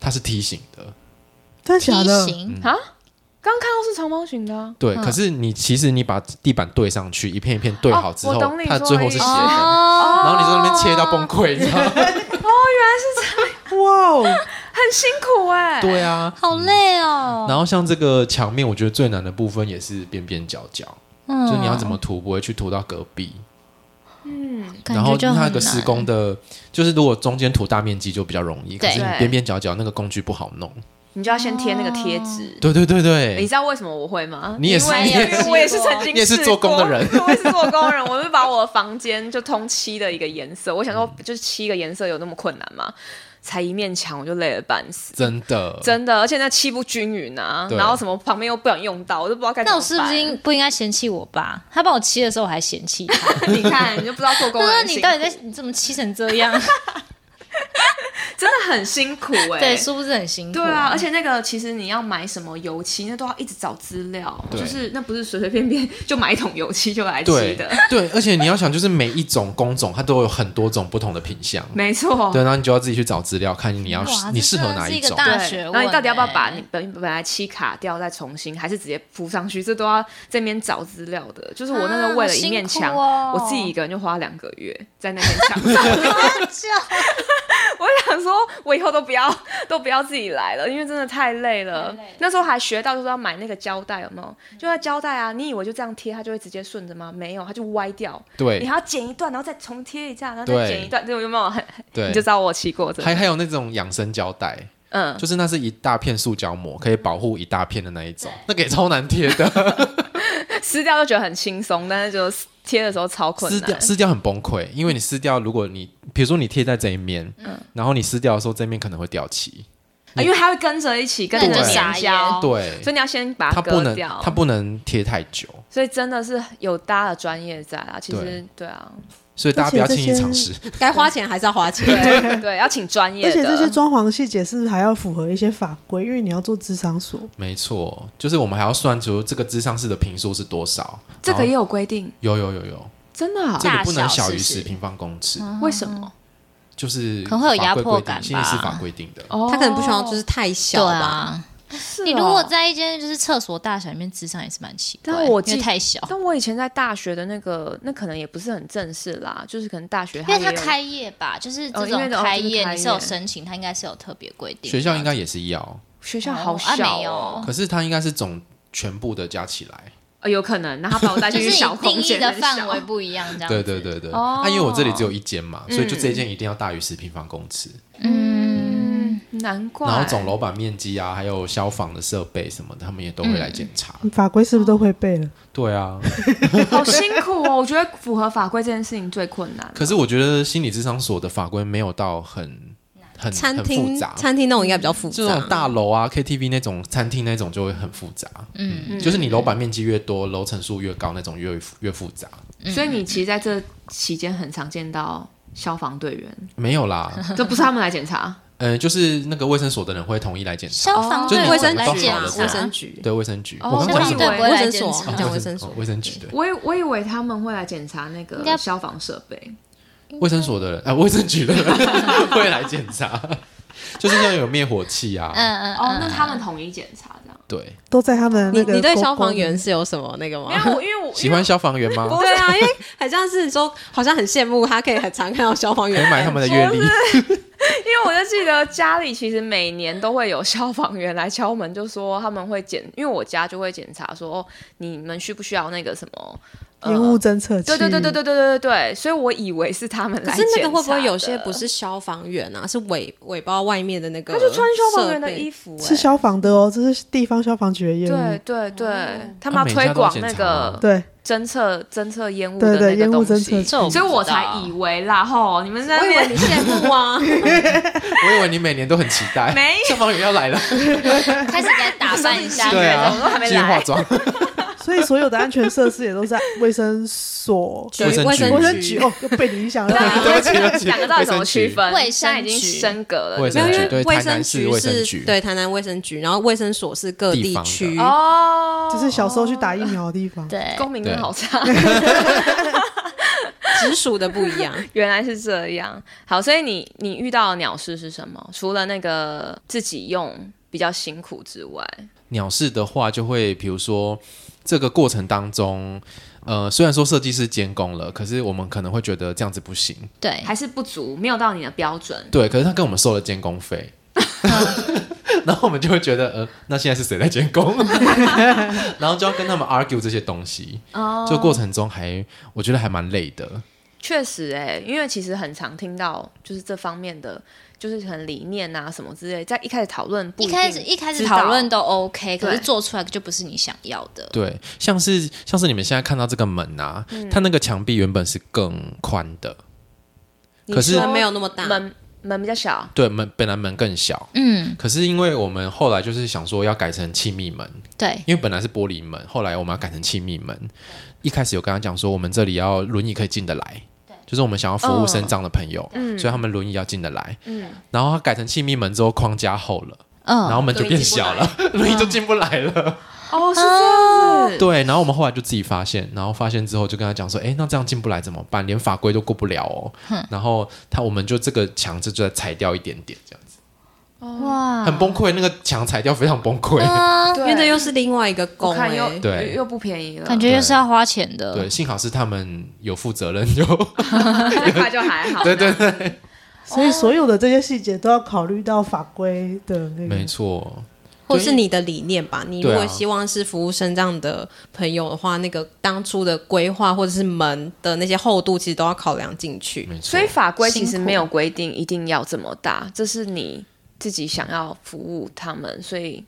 Speaker 1: 它是梯形的。
Speaker 5: 真的
Speaker 3: 梯
Speaker 5: 假的？
Speaker 3: 形，
Speaker 2: 啊？刚看到是长方形的啊、
Speaker 1: 对，
Speaker 3: 嗯
Speaker 1: 可是你其实你把地板对上去，一片一片对好之后
Speaker 2: 哦我懂，你
Speaker 1: 它最后是斜
Speaker 2: 说
Speaker 1: 的，
Speaker 2: 的意
Speaker 1: 然
Speaker 3: 哦，
Speaker 1: 后你在那边切到崩溃，你知道
Speaker 3: [LAUGHS]
Speaker 1: 吗？
Speaker 5: 哇哦，
Speaker 2: 很辛苦哎、
Speaker 1: 对啊。
Speaker 3: 好累哦。
Speaker 1: 然后像这个墙面，我觉得最难的部分也是边边角角，
Speaker 3: 嗯
Speaker 1: 就你要怎么涂不会去涂到隔壁，
Speaker 2: 嗯，
Speaker 3: 感
Speaker 1: 然后
Speaker 3: 觉就很
Speaker 1: 它
Speaker 3: 难
Speaker 1: 有个施工的，就是如果中间涂大面积就比较容易，可
Speaker 3: 对
Speaker 1: 是你边边角角那个工具不好弄。
Speaker 2: 你就要先贴那个贴纸。
Speaker 1: 对对对
Speaker 2: 你
Speaker 1: 对
Speaker 2: 知，道为什么我会吗？
Speaker 1: 你也是
Speaker 2: 因为
Speaker 1: 你也是
Speaker 2: 因为我也是曾经
Speaker 1: 你也是做工的人
Speaker 2: 试过 [LAUGHS] 我也是做工的人，我就把我的房间就通漆的一个颜色，我想说
Speaker 1: 嗯
Speaker 2: 就是漆一个颜色有那么困难吗？才一面墙我就累得半死。
Speaker 1: 真的，
Speaker 2: 真的，而且那漆不均匀啊，
Speaker 1: 对
Speaker 2: 然后什么旁边又不想用到，我都不知道该怎么
Speaker 3: 那我
Speaker 2: 办。
Speaker 3: 是不是应不应该嫌弃我爸？他帮我漆的时候，我还嫌弃
Speaker 1: [LAUGHS]
Speaker 3: 他。
Speaker 2: [LAUGHS] 你看，你就不知道
Speaker 3: [LAUGHS]
Speaker 2: 做工
Speaker 3: 他
Speaker 2: 的
Speaker 3: 说：“
Speaker 2: 人
Speaker 3: 你
Speaker 2: 辛
Speaker 3: 到底
Speaker 2: 苦，
Speaker 3: 在你怎么漆成这样
Speaker 2: 真的很辛苦哎、？”
Speaker 3: [LAUGHS] 对，殊不知很辛苦。
Speaker 2: 对啊，而且那个其实你要买什么油漆，那都要一直找资料，
Speaker 1: 对
Speaker 2: 就是那不是随随便便 [LAUGHS] 就买一桶油漆就来漆
Speaker 1: 对
Speaker 2: 的，
Speaker 1: 对，而且你要想，就是每一种工种它都有很多种不同的品相，
Speaker 2: 没错。
Speaker 1: 对，然后你就要自己去找资料，看你要
Speaker 3: 哇
Speaker 1: 你
Speaker 3: 这
Speaker 1: 适合
Speaker 3: 真的
Speaker 1: 哪
Speaker 3: 是一个
Speaker 1: 种。
Speaker 3: 大
Speaker 2: 对
Speaker 3: 学问
Speaker 2: 然后你到底要不要把
Speaker 3: 欸
Speaker 2: 你本本来漆卡掉再重新，还是直接铺上去？这都要这边找资料的。就是我那时候为了一面
Speaker 3: 啊
Speaker 2: 墙，
Speaker 3: 好辛苦哦
Speaker 2: 我自己一个人就花两个月在那面墙
Speaker 3: [LAUGHS]
Speaker 2: 上。我想说，我以后都不要都不要自己来了，因为真的太累了。
Speaker 3: 太累了
Speaker 2: 那时候还学到就是要买那个胶带，有没有？就那胶带啊，你以为就这样贴它就会直接顺着吗？没有，它就歪掉。你
Speaker 1: 对
Speaker 2: 还要剪一段，然后再重贴一下，然后再
Speaker 1: 对
Speaker 2: 剪一段，这种有没有？很
Speaker 1: 对，
Speaker 2: 你就知道我骑过，真
Speaker 1: 还
Speaker 2: 的。
Speaker 1: 还有那种养生胶带，
Speaker 2: 嗯，
Speaker 1: 就是那是一大片塑胶膜，可以保护一大片的那一种，那个也超难贴的，
Speaker 2: 撕掉就觉得很轻松，但是就贴的时候超 [LAUGHS] 困
Speaker 1: 撕
Speaker 2: 难
Speaker 1: 掉。撕掉很崩溃，因为你撕掉，如果你比如说你贴在这一面，
Speaker 2: 嗯
Speaker 1: 然后你撕掉的时候，这面可能会掉漆，
Speaker 2: 啊因为它会跟着一起，跟
Speaker 1: 对
Speaker 2: 着
Speaker 1: 撒
Speaker 2: 粘
Speaker 3: 盐
Speaker 2: 胶，
Speaker 1: 对
Speaker 2: 哦所以，你要先把
Speaker 1: 它不
Speaker 2: 割
Speaker 1: 能
Speaker 2: 掉。
Speaker 1: 它不能贴太久，
Speaker 2: 所以真的是有大家的专业在啊，其实对啊，
Speaker 1: 所以大家不要
Speaker 5: 而且
Speaker 1: 轻
Speaker 5: 这
Speaker 1: 易
Speaker 5: 些
Speaker 1: 尝试。
Speaker 4: [LAUGHS] 该花钱还是要花钱。
Speaker 2: 对对，要请专业
Speaker 5: 而且这些
Speaker 2: 的。
Speaker 5: 装潢细节是不是还要符合一些法规？因为你要做智商所，
Speaker 1: 没错，就是我们还要算出这个智商室的平数是多少，
Speaker 2: 这个
Speaker 1: 然
Speaker 2: 也
Speaker 1: 后
Speaker 2: 有规定，
Speaker 1: 有有有有，
Speaker 2: 真的啊
Speaker 1: 这个不能
Speaker 3: 大小
Speaker 1: 小于
Speaker 3: 是不
Speaker 1: 十
Speaker 3: 是
Speaker 1: 平方公尺，
Speaker 3: 哦
Speaker 2: 为什么？
Speaker 1: 就是
Speaker 3: 嗯可能会有
Speaker 1: 法
Speaker 3: 压
Speaker 1: 规
Speaker 3: 迫
Speaker 1: 规定
Speaker 3: 感
Speaker 1: 心理师
Speaker 3: 吧
Speaker 1: 法规定的。
Speaker 2: 哦
Speaker 4: [LAUGHS] 他可能不希望就是太
Speaker 3: 对
Speaker 4: 小吧。
Speaker 3: 啊，
Speaker 2: 是哦
Speaker 3: 你如果，在一间就是厕所大小里面，智商也是蛮奇怪的，
Speaker 2: 但我记
Speaker 3: 因为太小，
Speaker 2: 但我以前在大学的那个，那可能也不是很正式啦，就是可能大学
Speaker 3: 因为
Speaker 2: 它
Speaker 3: 它
Speaker 2: 也有
Speaker 3: 开业吧，就是
Speaker 2: 哦
Speaker 3: 这
Speaker 2: 因为
Speaker 3: 种
Speaker 2: 哦
Speaker 3: 开
Speaker 2: 这是
Speaker 3: 业
Speaker 2: 开
Speaker 3: 你是有
Speaker 2: 业
Speaker 3: 申请，它应该是有特别规定的。
Speaker 1: 学校应该也是要，
Speaker 2: 学校
Speaker 3: 哦
Speaker 2: 好
Speaker 3: 啊
Speaker 2: 小
Speaker 3: 没有
Speaker 2: 哦，
Speaker 1: 可是它应该是总全部的加起来。
Speaker 2: 呃有可能，那他把我带
Speaker 3: [LAUGHS] 就
Speaker 2: 进
Speaker 3: 是
Speaker 2: 去小
Speaker 3: 你定
Speaker 2: 空
Speaker 3: 义
Speaker 2: 间
Speaker 3: 的
Speaker 2: 很
Speaker 3: 范
Speaker 2: 小
Speaker 3: 围不一样，这样
Speaker 1: 对
Speaker 3: 子
Speaker 1: 对，对对，
Speaker 2: 哦
Speaker 1: 啊，因为我这里只有一间嘛，所以就
Speaker 2: 嗯
Speaker 1: 这一间一定要大于十平方公尺，
Speaker 3: 嗯，
Speaker 2: 嗯，难怪。
Speaker 1: 然后总楼板面积啊，还有消防的设备什么的，他们也都会来
Speaker 3: 嗯
Speaker 1: 检查。
Speaker 5: 法规是不是都会背了？
Speaker 1: 对啊，
Speaker 2: 好辛苦哦，我觉得符合法规这件事情最困难。
Speaker 1: 可是我觉得心理智商所的法规没有到很很
Speaker 4: 餐
Speaker 1: 很复
Speaker 4: 厅
Speaker 1: 杂，
Speaker 4: 餐厅那种应该比较复
Speaker 1: 这种
Speaker 4: 杂。
Speaker 1: 大楼啊、KTV 那种餐厅那种就会很复杂。嗯，就是你楼板面积越多，楼层数越高，那种越越复
Speaker 2: [LAUGHS]
Speaker 1: 杂。
Speaker 4: 嗯
Speaker 2: 所以你其实在这期间很常见到消防队员， [LAUGHS]
Speaker 1: 没有啦，
Speaker 2: 这不是他们来检查，
Speaker 1: 嗯、就是那个卫生所的人会统一来检查，
Speaker 3: 消防
Speaker 1: 就
Speaker 3: 队
Speaker 1: 哦你
Speaker 4: 卫
Speaker 1: 怎
Speaker 4: 生
Speaker 1: 么
Speaker 3: 来
Speaker 1: 都
Speaker 4: 局
Speaker 1: 好
Speaker 3: 检
Speaker 4: 啊
Speaker 1: 了，
Speaker 3: 查
Speaker 4: 卫生局，
Speaker 1: 对卫生局，
Speaker 2: 哦
Speaker 1: 我
Speaker 3: 消
Speaker 1: 刚
Speaker 3: 防
Speaker 1: 讲
Speaker 2: 我以为
Speaker 3: 队不会
Speaker 4: 卫
Speaker 3: 来
Speaker 4: 生
Speaker 3: 检
Speaker 4: 所
Speaker 3: 查
Speaker 4: 你。讲卫生所
Speaker 1: 哦卫生局的，
Speaker 2: 我以我以为他们会来检查那
Speaker 3: 应该
Speaker 2: 个消防设备，
Speaker 4: 嗯
Speaker 1: 卫生所的人啊，卫生局的
Speaker 2: [LAUGHS]
Speaker 1: 人会来检查，就是要有灭火器啊，
Speaker 3: 嗯嗯
Speaker 2: 哦，那他们统一检查这样。
Speaker 1: 对，
Speaker 5: 都在他们
Speaker 4: 你
Speaker 5: 那个
Speaker 4: 你对
Speaker 5: 勾
Speaker 4: 消
Speaker 5: 勾
Speaker 4: 防
Speaker 5: 里
Speaker 4: 员是有什么那个吗？
Speaker 2: 因为我因为我
Speaker 1: 喜欢消防员吗？
Speaker 4: [LAUGHS] 对啊，因为好像是说，好像很羡慕他可以很常看到消防
Speaker 1: 可以
Speaker 4: 员。
Speaker 1: 买他们的阅历，
Speaker 2: 因为我就记得家里其实每年都会有消防员来敲门，就说他们会检，因为我家就会检查说哦，你们需不需要那个什么呃
Speaker 5: 烟雾侦测器，
Speaker 2: 对对对对对对对对对，所以我以为是他们
Speaker 4: 可
Speaker 2: 来检查的。
Speaker 4: 是那个会不会有些不是消防员啊，是尾尾包外面的那个？
Speaker 2: 他就穿消防员的衣
Speaker 4: 服。
Speaker 2: 服、
Speaker 5: 是
Speaker 2: 欸，
Speaker 5: 消防的哦，这是地方消防局的业
Speaker 2: 对
Speaker 5: 务。
Speaker 2: 对对，他
Speaker 1: 啊
Speaker 2: 们
Speaker 1: 每家
Speaker 2: 要推
Speaker 1: 都
Speaker 2: 广
Speaker 1: 检
Speaker 2: 那
Speaker 1: 查
Speaker 2: 个
Speaker 5: 对，
Speaker 2: 侦测侦测烟雾
Speaker 5: 对
Speaker 2: 的那
Speaker 5: 对
Speaker 2: 个
Speaker 5: 烟雾
Speaker 2: 东
Speaker 5: 侦测
Speaker 2: 西，
Speaker 5: 器
Speaker 2: 所以我才以为啦吼，你们在
Speaker 4: 我
Speaker 2: 那
Speaker 4: 以为你
Speaker 2: 边
Speaker 4: 羡
Speaker 2: [LAUGHS]
Speaker 4: 慕啊，
Speaker 1: 我以为你每年都很期待，
Speaker 2: 没有
Speaker 1: 消防员要来了，
Speaker 3: 开始在打扮一
Speaker 1: [LAUGHS]
Speaker 3: 下，
Speaker 1: 对啊
Speaker 2: 怎么都还，没
Speaker 1: 继续化
Speaker 2: 来
Speaker 1: 妆，、
Speaker 5: 所以所有的安全设施也都在卫生所
Speaker 1: 卫生
Speaker 4: 卫
Speaker 1: 局
Speaker 5: 卫
Speaker 4: 生
Speaker 5: 生局哦，又被你影响
Speaker 1: [LAUGHS]
Speaker 5: 到。
Speaker 1: 对不起对不起
Speaker 2: 两个到底怎么区分？
Speaker 3: 卫
Speaker 2: 现
Speaker 3: 生
Speaker 2: 在
Speaker 3: 局
Speaker 2: 已经升格了，
Speaker 1: 卫
Speaker 4: 没
Speaker 1: 生
Speaker 4: 有，
Speaker 1: 局
Speaker 4: 因为
Speaker 1: 对
Speaker 4: 卫
Speaker 1: 台南
Speaker 4: 生
Speaker 1: 市
Speaker 4: 局
Speaker 1: 卫生
Speaker 4: 是
Speaker 1: 局
Speaker 4: 对台南卫生局，然后卫生所是各
Speaker 1: 地
Speaker 4: 地
Speaker 1: 方的
Speaker 4: 区。
Speaker 2: 哦，
Speaker 5: 就是小时候去打疫苗的地方，
Speaker 3: 对，
Speaker 2: 公民真的好差，
Speaker 4: 直属的不一样。
Speaker 2: [LAUGHS] 原来是这样。好，所以你你遇到的鸟事是什么？除了那个自己用比较辛苦之外，
Speaker 1: 鸟事的话，就会比如说这个过程当中，呃，虽然说设计师监工了，可是我们可能会觉得这样子不行，
Speaker 3: 对，
Speaker 2: 还是不足，没有到你的标准。
Speaker 1: 对，可是他跟我们收了监工费。 [LAUGHS] 然后我们就会觉得，呃，那现在是谁在监工？ [LAUGHS] 然后就要跟他们 argue 这些东西，
Speaker 2: 哦
Speaker 1: 这过程中还我觉得还蛮累的。
Speaker 2: 确实哎、因为其实很常听到就是这方面的，就是可能理念啊什么之类，在一开始讨论不
Speaker 3: 一
Speaker 2: 定
Speaker 3: 开始一开始
Speaker 2: 知道
Speaker 3: 讨论都 OK，可是
Speaker 2: 对
Speaker 3: 做出来就不是你想要的。
Speaker 1: 对，像是像是你们现在看到这个门啊，它那个墙壁原本是更宽的，可是
Speaker 4: 你说没有那么大，
Speaker 2: 门门比较小，
Speaker 1: 对，门本来门更小。
Speaker 3: 嗯，
Speaker 1: 可是因为我们后来就是想说要改成气密门，
Speaker 3: 对，
Speaker 1: 因为本来是玻璃门，后来我们要改成气密门。一开始有跟他讲说，我们这里要轮椅可以进得来，就是我们想要服务身障的朋友，
Speaker 2: 嗯
Speaker 1: 所以他们轮椅要进得来。
Speaker 2: 嗯，
Speaker 1: 然后他改成气密门之后，框架厚了，然后
Speaker 3: 嗯，
Speaker 1: 门就变小了，轮椅就进不来了。
Speaker 2: 哦，是这样子，
Speaker 1: 对，然后我们后来就自己发现，然后发现之后就跟他讲说，哎，那这样进不来怎么办？连法规都过不了哦。然后他我们就这个墙就再裁掉一点点，这样子
Speaker 3: 哇，
Speaker 1: 很崩溃，那个墙裁掉非常崩溃。
Speaker 3: 啊，
Speaker 2: 对
Speaker 4: 因为那又是另外一个
Speaker 2: 我
Speaker 4: 工、
Speaker 2: 看
Speaker 4: 欸，
Speaker 2: 又
Speaker 1: 对
Speaker 2: 又又不便宜了，
Speaker 3: 感觉又是要花钱的。
Speaker 1: 对，幸好是他们有负责任，就
Speaker 2: 这 [LAUGHS] 块就还好。
Speaker 1: 对对对，
Speaker 5: 所以所有的这些细节都要考虑到法规的那个
Speaker 1: 没。错。
Speaker 4: 或是你的理念吧。你如
Speaker 1: 对啊
Speaker 4: 果希望是服务生这样的朋友的话，那个当初的规划或者是门的那些厚度，其实都要考量进去。
Speaker 1: 没错，
Speaker 2: 所以法规其实
Speaker 3: 辛苦
Speaker 2: 没有规定一定要这么大，这是你自己想要服务他们，所以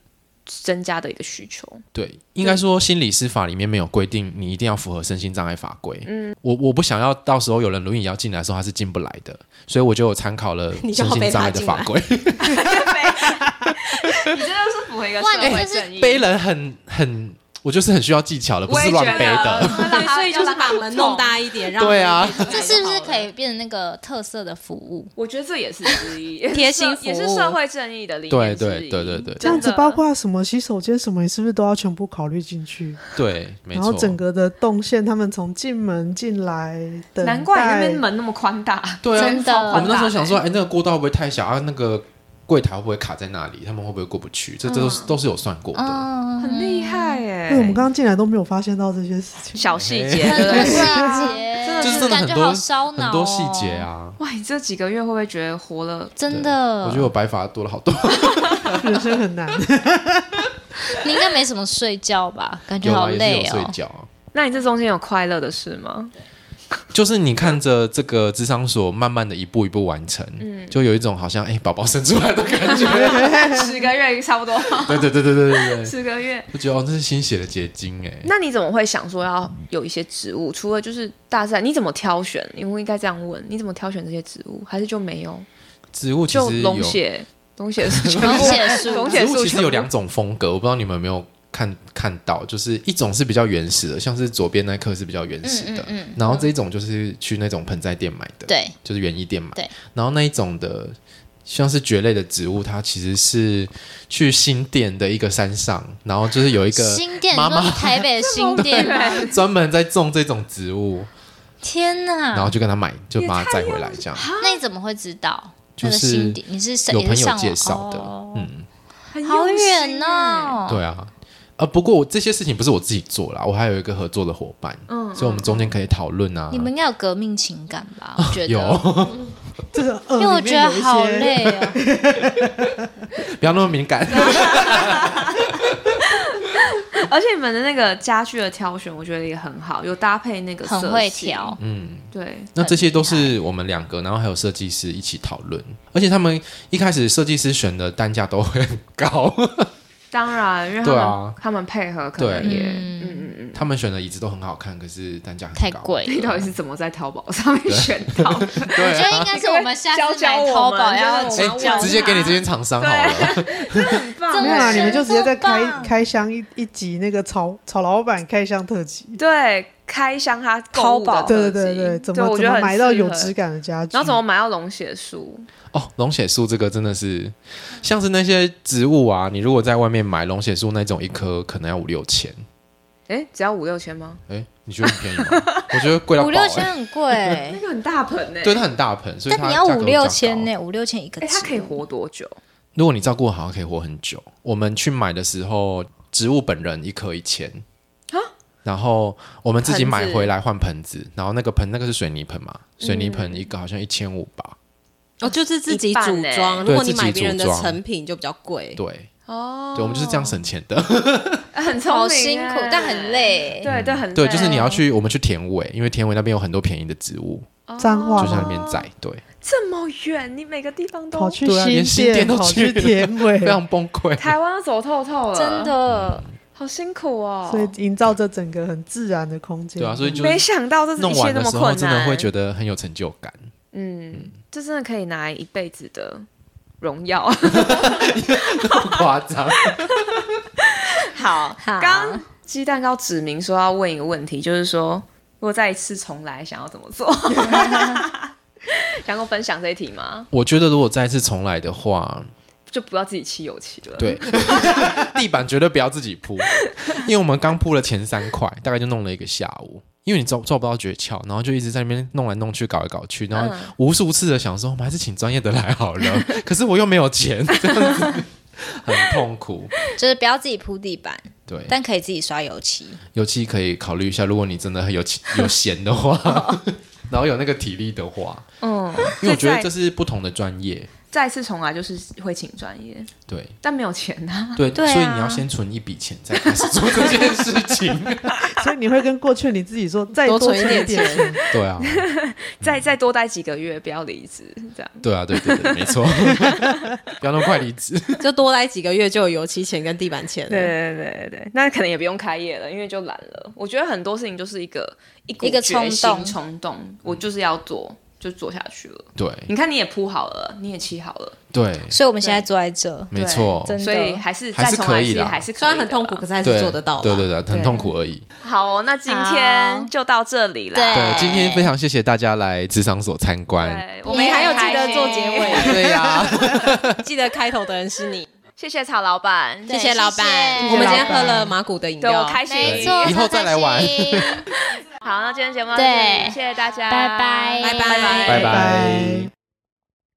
Speaker 2: 增加的一个需求。
Speaker 1: 对，应该说心理师法里面没有规定你一定要符合身心障碍法规。嗯，我我不想要到时候有人轮椅要进来的时候他是进不来的，所以我就有参考了身
Speaker 4: 你就要
Speaker 1: 心障碍的
Speaker 4: 背他进来
Speaker 1: 法规。
Speaker 2: 你真的是符合一个
Speaker 3: 哇
Speaker 2: 社会
Speaker 3: 你
Speaker 2: 正义，
Speaker 1: 背人很很，我就是很需要技巧的，不
Speaker 2: 我
Speaker 1: 是
Speaker 2: 也
Speaker 1: 乱
Speaker 2: 觉
Speaker 4: [LAUGHS]
Speaker 1: 背
Speaker 2: 得
Speaker 1: 的。，
Speaker 4: 对，所以就是把门弄
Speaker 2: 痛。
Speaker 4: 大一点，让
Speaker 1: 对啊，
Speaker 3: 这是不是可以变成那个特色的服务？
Speaker 2: 我觉得这也是之
Speaker 3: [LAUGHS]
Speaker 2: 一，也是
Speaker 4: 贴心
Speaker 2: 社也是
Speaker 4: 服务
Speaker 2: 社会正义的理
Speaker 1: 对
Speaker 2: 念
Speaker 1: 对
Speaker 2: 之一
Speaker 1: 对对对
Speaker 5: 这样子，
Speaker 2: 真的
Speaker 5: 包括什么洗手间什么，你是不是都要全部考虑进去？
Speaker 1: 对，没
Speaker 5: 然后
Speaker 1: 错。
Speaker 5: 整个的动线，他们从进门进来，等
Speaker 2: 难怪你那边
Speaker 5: 待
Speaker 2: 门那么宽大，
Speaker 1: 对啊
Speaker 3: 真的
Speaker 1: 我们那时候想说，哎、那个过道会不会太小啊？那个柜台会不会卡在那里？他们会不会过不去？这这都是、都是有算过的。
Speaker 3: 嗯，
Speaker 2: 很厉害耶
Speaker 5: 因为我们刚刚进来都没有发现到这些事情。
Speaker 2: 欸小细节，
Speaker 3: 很
Speaker 2: 对不
Speaker 3: 多
Speaker 2: 对？
Speaker 3: 细节，
Speaker 1: 就是真的
Speaker 3: 感
Speaker 1: 很
Speaker 3: 觉
Speaker 1: 多
Speaker 3: 好烧脑，
Speaker 1: 很
Speaker 3: 哦
Speaker 1: 多细节，啊，
Speaker 2: 哇，你这几个月会不会觉得活了？
Speaker 3: 真的。
Speaker 1: 我觉得我白发多了好多。
Speaker 5: 人生很难，
Speaker 2: [LAUGHS]
Speaker 3: 你应该没什么睡觉吧？感觉
Speaker 1: 有
Speaker 3: 好
Speaker 1: 啊，也是
Speaker 3: 累
Speaker 1: 有睡
Speaker 3: 哦。
Speaker 1: 觉啊。
Speaker 2: 那你这中间有快乐的事吗？
Speaker 1: 就是你看着这个智商所慢慢的一步一步完成，
Speaker 2: 嗯
Speaker 1: 就有一种好像哎宝宝生出来的感觉。
Speaker 2: 十个月差不多，
Speaker 1: 对对对对对对对，
Speaker 2: 十个月。
Speaker 1: 就觉得哦，这是新血的结晶哎。
Speaker 2: 那你怎么会想说要有一些植物？除了就是大自然，你怎么挑选？因为应该这样问，你怎么挑选这些植物？还是就没有？
Speaker 1: 植物其
Speaker 2: 就
Speaker 1: 实有
Speaker 2: 龙血，龙血是全部
Speaker 3: 龙血树
Speaker 2: 龙
Speaker 1: 植
Speaker 2: 血
Speaker 1: 物
Speaker 2: 树
Speaker 1: 其实有
Speaker 2: 全
Speaker 1: 两
Speaker 2: 部
Speaker 1: 种风格，我不知道你们有没有看看到，就是一种是比较原始的，像是左边那颗是比较原始的，
Speaker 3: 嗯嗯嗯
Speaker 1: 然后这一种就是去那种盆栽店买的，，
Speaker 3: 对，
Speaker 1: 就是园艺店买，
Speaker 3: 对，
Speaker 1: 然后那一种的。像是蕨类的植物，它其实是去新店的一个山上，然后就是有一个
Speaker 3: 新店，你
Speaker 1: 妈妈
Speaker 3: 说台北的新
Speaker 2: [LAUGHS]
Speaker 3: 店吗，
Speaker 1: [LAUGHS] 专门在种这种植物，
Speaker 3: 天
Speaker 1: 然后
Speaker 3: 哪！
Speaker 1: 就跟他买，就把它载回来这样。
Speaker 3: 那你怎么会知道？
Speaker 1: 就
Speaker 3: 那个
Speaker 1: 是
Speaker 3: 新店，你是谁
Speaker 1: 有朋
Speaker 3: 你是
Speaker 1: 友
Speaker 3: 上网
Speaker 1: 介绍的，
Speaker 3: 哦
Speaker 1: 嗯，
Speaker 2: 很
Speaker 3: 好
Speaker 2: 用
Speaker 3: 远
Speaker 2: 心欸。
Speaker 3: 哦。
Speaker 1: 对啊，呃，不过我这些事情不是我自己做啦，我还有一个合作的伙伴，
Speaker 2: 嗯
Speaker 1: 所以我们中间可以讨论啊。
Speaker 3: 你们应该有革命情感
Speaker 1: [LAUGHS]
Speaker 3: 吧？我觉得，
Speaker 1: 有，
Speaker 5: 这个
Speaker 3: 因
Speaker 5: 因
Speaker 3: 为我觉得好，累
Speaker 2: [LAUGHS]
Speaker 3: 哦。
Speaker 1: 不要那么敏感。
Speaker 2: 而且你们的那个家具的挑选，我觉得也很好，有搭配那个色系
Speaker 3: 很会调。
Speaker 1: 嗯，
Speaker 2: 对，
Speaker 1: [LAUGHS] 那这些都是我们两个，然后还有设计师一起讨论，而且他们一开始设计师选的单价都会很高， [LAUGHS]
Speaker 2: 当然，因为他们、
Speaker 1: 对啊
Speaker 2: 他们配合可能
Speaker 1: 对
Speaker 2: 也，
Speaker 3: 嗯
Speaker 2: 嗯嗯嗯。
Speaker 1: 他们选的椅子都很好看，可是单价很高
Speaker 3: 太。贵
Speaker 2: 你
Speaker 3: 了。
Speaker 2: 到底是怎么在淘宝上面选到的？
Speaker 3: 我觉得应该是我们下
Speaker 2: 教
Speaker 3: 次
Speaker 2: 教
Speaker 3: 买
Speaker 2: 我
Speaker 3: 淘
Speaker 2: 们
Speaker 3: 宝要
Speaker 2: 就是
Speaker 1: 啊哎
Speaker 2: 我们，
Speaker 3: 教
Speaker 1: 直接给你
Speaker 3: 他
Speaker 1: 这间厂商好了。
Speaker 2: 很棒
Speaker 3: 这
Speaker 5: [LAUGHS] 没
Speaker 3: 么
Speaker 5: 有啦，
Speaker 2: 哎
Speaker 5: 你们就直接再开
Speaker 3: 真棒
Speaker 5: 开箱一一集那个曹曹老板开箱特辑。
Speaker 2: 对开箱它购物的
Speaker 3: 淘宝
Speaker 2: 特
Speaker 5: 对
Speaker 2: 辑
Speaker 5: 对对对，怎
Speaker 2: 对
Speaker 5: 么
Speaker 2: 我觉
Speaker 5: 怎
Speaker 2: 得
Speaker 5: 么
Speaker 2: 很
Speaker 5: 买到
Speaker 2: 适
Speaker 5: 有
Speaker 2: 合
Speaker 5: 质感的家具？
Speaker 2: 然后怎么买到龙血树？
Speaker 1: 哦，龙血树这个真的是，像是那些植物啊，你如果在外面买龙血树那种一颗，可能要五六千。
Speaker 2: 哎，只要五六千吗？
Speaker 1: 哎，你觉得很便
Speaker 3: [LAUGHS]
Speaker 1: 宜吗？我觉得贵到
Speaker 3: 五
Speaker 1: 爆、
Speaker 3: 六千
Speaker 1: 欸。
Speaker 3: 很贵
Speaker 2: 那，个很大盆呢，
Speaker 1: 对，它很大盆，所以
Speaker 3: 但
Speaker 1: 它
Speaker 3: 你要
Speaker 1: 价格
Speaker 3: 五
Speaker 1: 比较
Speaker 3: 六千
Speaker 1: 高
Speaker 3: 呢，五六千一个
Speaker 2: 哎，
Speaker 3: 字，
Speaker 2: 它可以活多久？
Speaker 1: 如果你照顾好，可以活很久。我们去买的时候，植物本人一颗一千
Speaker 2: 啊，
Speaker 1: 然后我们自己买
Speaker 2: 盆子
Speaker 1: 回来换盆子，然后那个盆那个是水泥盆嘛，
Speaker 3: 嗯
Speaker 1: 水泥盆一个好像一千五吧，
Speaker 4: 哦，就是自己
Speaker 2: 一半
Speaker 4: 组
Speaker 2: 欸
Speaker 4: 装。
Speaker 1: 对
Speaker 4: 如果你
Speaker 1: 自己
Speaker 4: 买别人的
Speaker 1: 组装
Speaker 4: 成品就比较贵。
Speaker 1: 对，
Speaker 2: 哦
Speaker 1: 对，我们就是这样省钱
Speaker 3: 哦
Speaker 1: 的。
Speaker 2: 很聪明哎
Speaker 3: 好辛苦
Speaker 2: 耶，
Speaker 3: 但很。累。
Speaker 2: 对对，很
Speaker 1: [LAUGHS]
Speaker 2: 累
Speaker 1: 对，就是你
Speaker 3: 哦
Speaker 1: 要去，我们去田尾，因为田尾那边有很多便宜的植物，
Speaker 5: 脏
Speaker 1: 就
Speaker 2: 哦
Speaker 5: 话
Speaker 1: 在那
Speaker 5: 吗？
Speaker 1: 边摘。对，
Speaker 2: 这么远，你每个地方
Speaker 5: 跑
Speaker 2: 都
Speaker 5: 去
Speaker 1: 对啊连新
Speaker 5: 店，
Speaker 1: 店都
Speaker 5: 跑
Speaker 1: 去
Speaker 5: 去
Speaker 1: [LAUGHS]
Speaker 5: 田
Speaker 2: 哎
Speaker 5: 尾，
Speaker 1: 非常崩溃。
Speaker 2: 台湾都走透透了，
Speaker 3: 真的，
Speaker 2: 好辛苦哦。
Speaker 5: 所以营造这整个很自然的空间。
Speaker 1: 对啊，所以就
Speaker 2: 没想到这一
Speaker 1: 弄
Speaker 2: 切
Speaker 1: 完
Speaker 2: 那
Speaker 1: 的
Speaker 2: 么
Speaker 1: 时候，
Speaker 2: 困
Speaker 1: 真
Speaker 2: 难，
Speaker 1: 的会觉得很有成就感。
Speaker 2: 嗯，这真的可以拿来一辈子的荣
Speaker 1: [LAUGHS]
Speaker 2: 耀。
Speaker 1: 夸张，
Speaker 2: 好，刚
Speaker 3: 好
Speaker 2: 刚鸡蛋糕指明说要问一个问题，就是说如果再一次重来，想要怎么做？ [LAUGHS] 想跟我分享这一题吗？
Speaker 1: 我觉得如果再一次重来的话，
Speaker 2: 嗯就不要自己漆油漆了。，
Speaker 1: 对， [LAUGHS] 地板绝对不要自己铺，因为我们刚铺了前三块，大概就弄了一个下午。因为你抓抓不到诀窍，然后就一直在那边弄来弄去、搞来搞去，然后
Speaker 2: 嗯
Speaker 1: 无数次的想说，我们还是请专业的来好
Speaker 2: [LAUGHS]
Speaker 1: 了。可是我又没有钱，这样子很痛苦。
Speaker 3: 就是不要自己铺地板，
Speaker 1: 对，
Speaker 3: 但可以自己刷油漆。
Speaker 1: 尤其可以考虑一下，如果你真的很有钱有闲的话，
Speaker 2: 哦
Speaker 1: [LAUGHS] 然后有那个体力的话，
Speaker 2: 嗯，
Speaker 1: 因为我觉得
Speaker 2: 所
Speaker 1: 这
Speaker 2: 以再
Speaker 1: 是不同的专业，
Speaker 2: 再次重来就是会请专业，
Speaker 1: 对
Speaker 2: 但没有钱啊。
Speaker 1: 对，
Speaker 3: 对啊
Speaker 1: 所以你要先存一笔钱，再开始做这件事情。
Speaker 5: 所以你会跟过去你自己说，再
Speaker 4: 多
Speaker 5: 多
Speaker 4: 存一
Speaker 5: 一
Speaker 4: 点
Speaker 5: 钱。
Speaker 1: 对啊，
Speaker 2: 再再多待几个月，不要离职，这样。
Speaker 1: 对啊，对对对，没错，不要那么快离职。
Speaker 4: [LAUGHS] 就多待几个月就有油漆钱跟地板钱了。
Speaker 2: 对对对对对，那可能也不用开业了，因为就懒了。我觉得很多事情就是一个一股
Speaker 3: 一个
Speaker 2: 决心
Speaker 3: 冲动
Speaker 2: 冲动，我就是要做，就做下去了。
Speaker 1: 对
Speaker 2: 你看，你也铺好了，你也砌好了，
Speaker 1: 对，
Speaker 3: 所以我们现在坐在这，
Speaker 1: 没错，
Speaker 3: 真的
Speaker 2: 所以还是
Speaker 1: 还
Speaker 2: 再
Speaker 1: 是
Speaker 2: 重
Speaker 1: 可
Speaker 2: 来
Speaker 1: 以
Speaker 2: 一次，
Speaker 1: 啦
Speaker 2: 还是可以
Speaker 4: 虽然很
Speaker 2: 的
Speaker 4: 痛苦，
Speaker 2: 啦
Speaker 4: 可是还是
Speaker 1: 对
Speaker 4: 做得到啦。
Speaker 1: 对对对，很
Speaker 2: 对
Speaker 1: 痛苦而已。
Speaker 2: 好哦、那今
Speaker 3: 好
Speaker 2: 天就到这里啦。
Speaker 3: 对
Speaker 1: 对，今天非常谢谢大家来智商所参观。
Speaker 2: 对，
Speaker 4: 我
Speaker 2: 我们
Speaker 4: 们
Speaker 3: 你
Speaker 2: 也
Speaker 4: 还
Speaker 2: 很
Speaker 4: 有记
Speaker 2: 开
Speaker 4: 得
Speaker 2: 心
Speaker 4: 做结，尾，
Speaker 1: 对啊呀，
Speaker 4: [LAUGHS] 记得开头的人是你。
Speaker 2: 谢谢曹老板，
Speaker 3: 对
Speaker 4: 谢谢老板，
Speaker 3: 谢谢
Speaker 4: 我们今天
Speaker 5: 老板
Speaker 4: 喝了马古的饮
Speaker 2: 对我
Speaker 4: 料，
Speaker 2: 开心。
Speaker 1: 没错以后再来玩
Speaker 2: 好，那今天节目到这里
Speaker 3: 对
Speaker 2: 谢谢大家，
Speaker 3: 拜拜
Speaker 4: 拜拜
Speaker 2: 拜
Speaker 1: 拜
Speaker 5: 拜。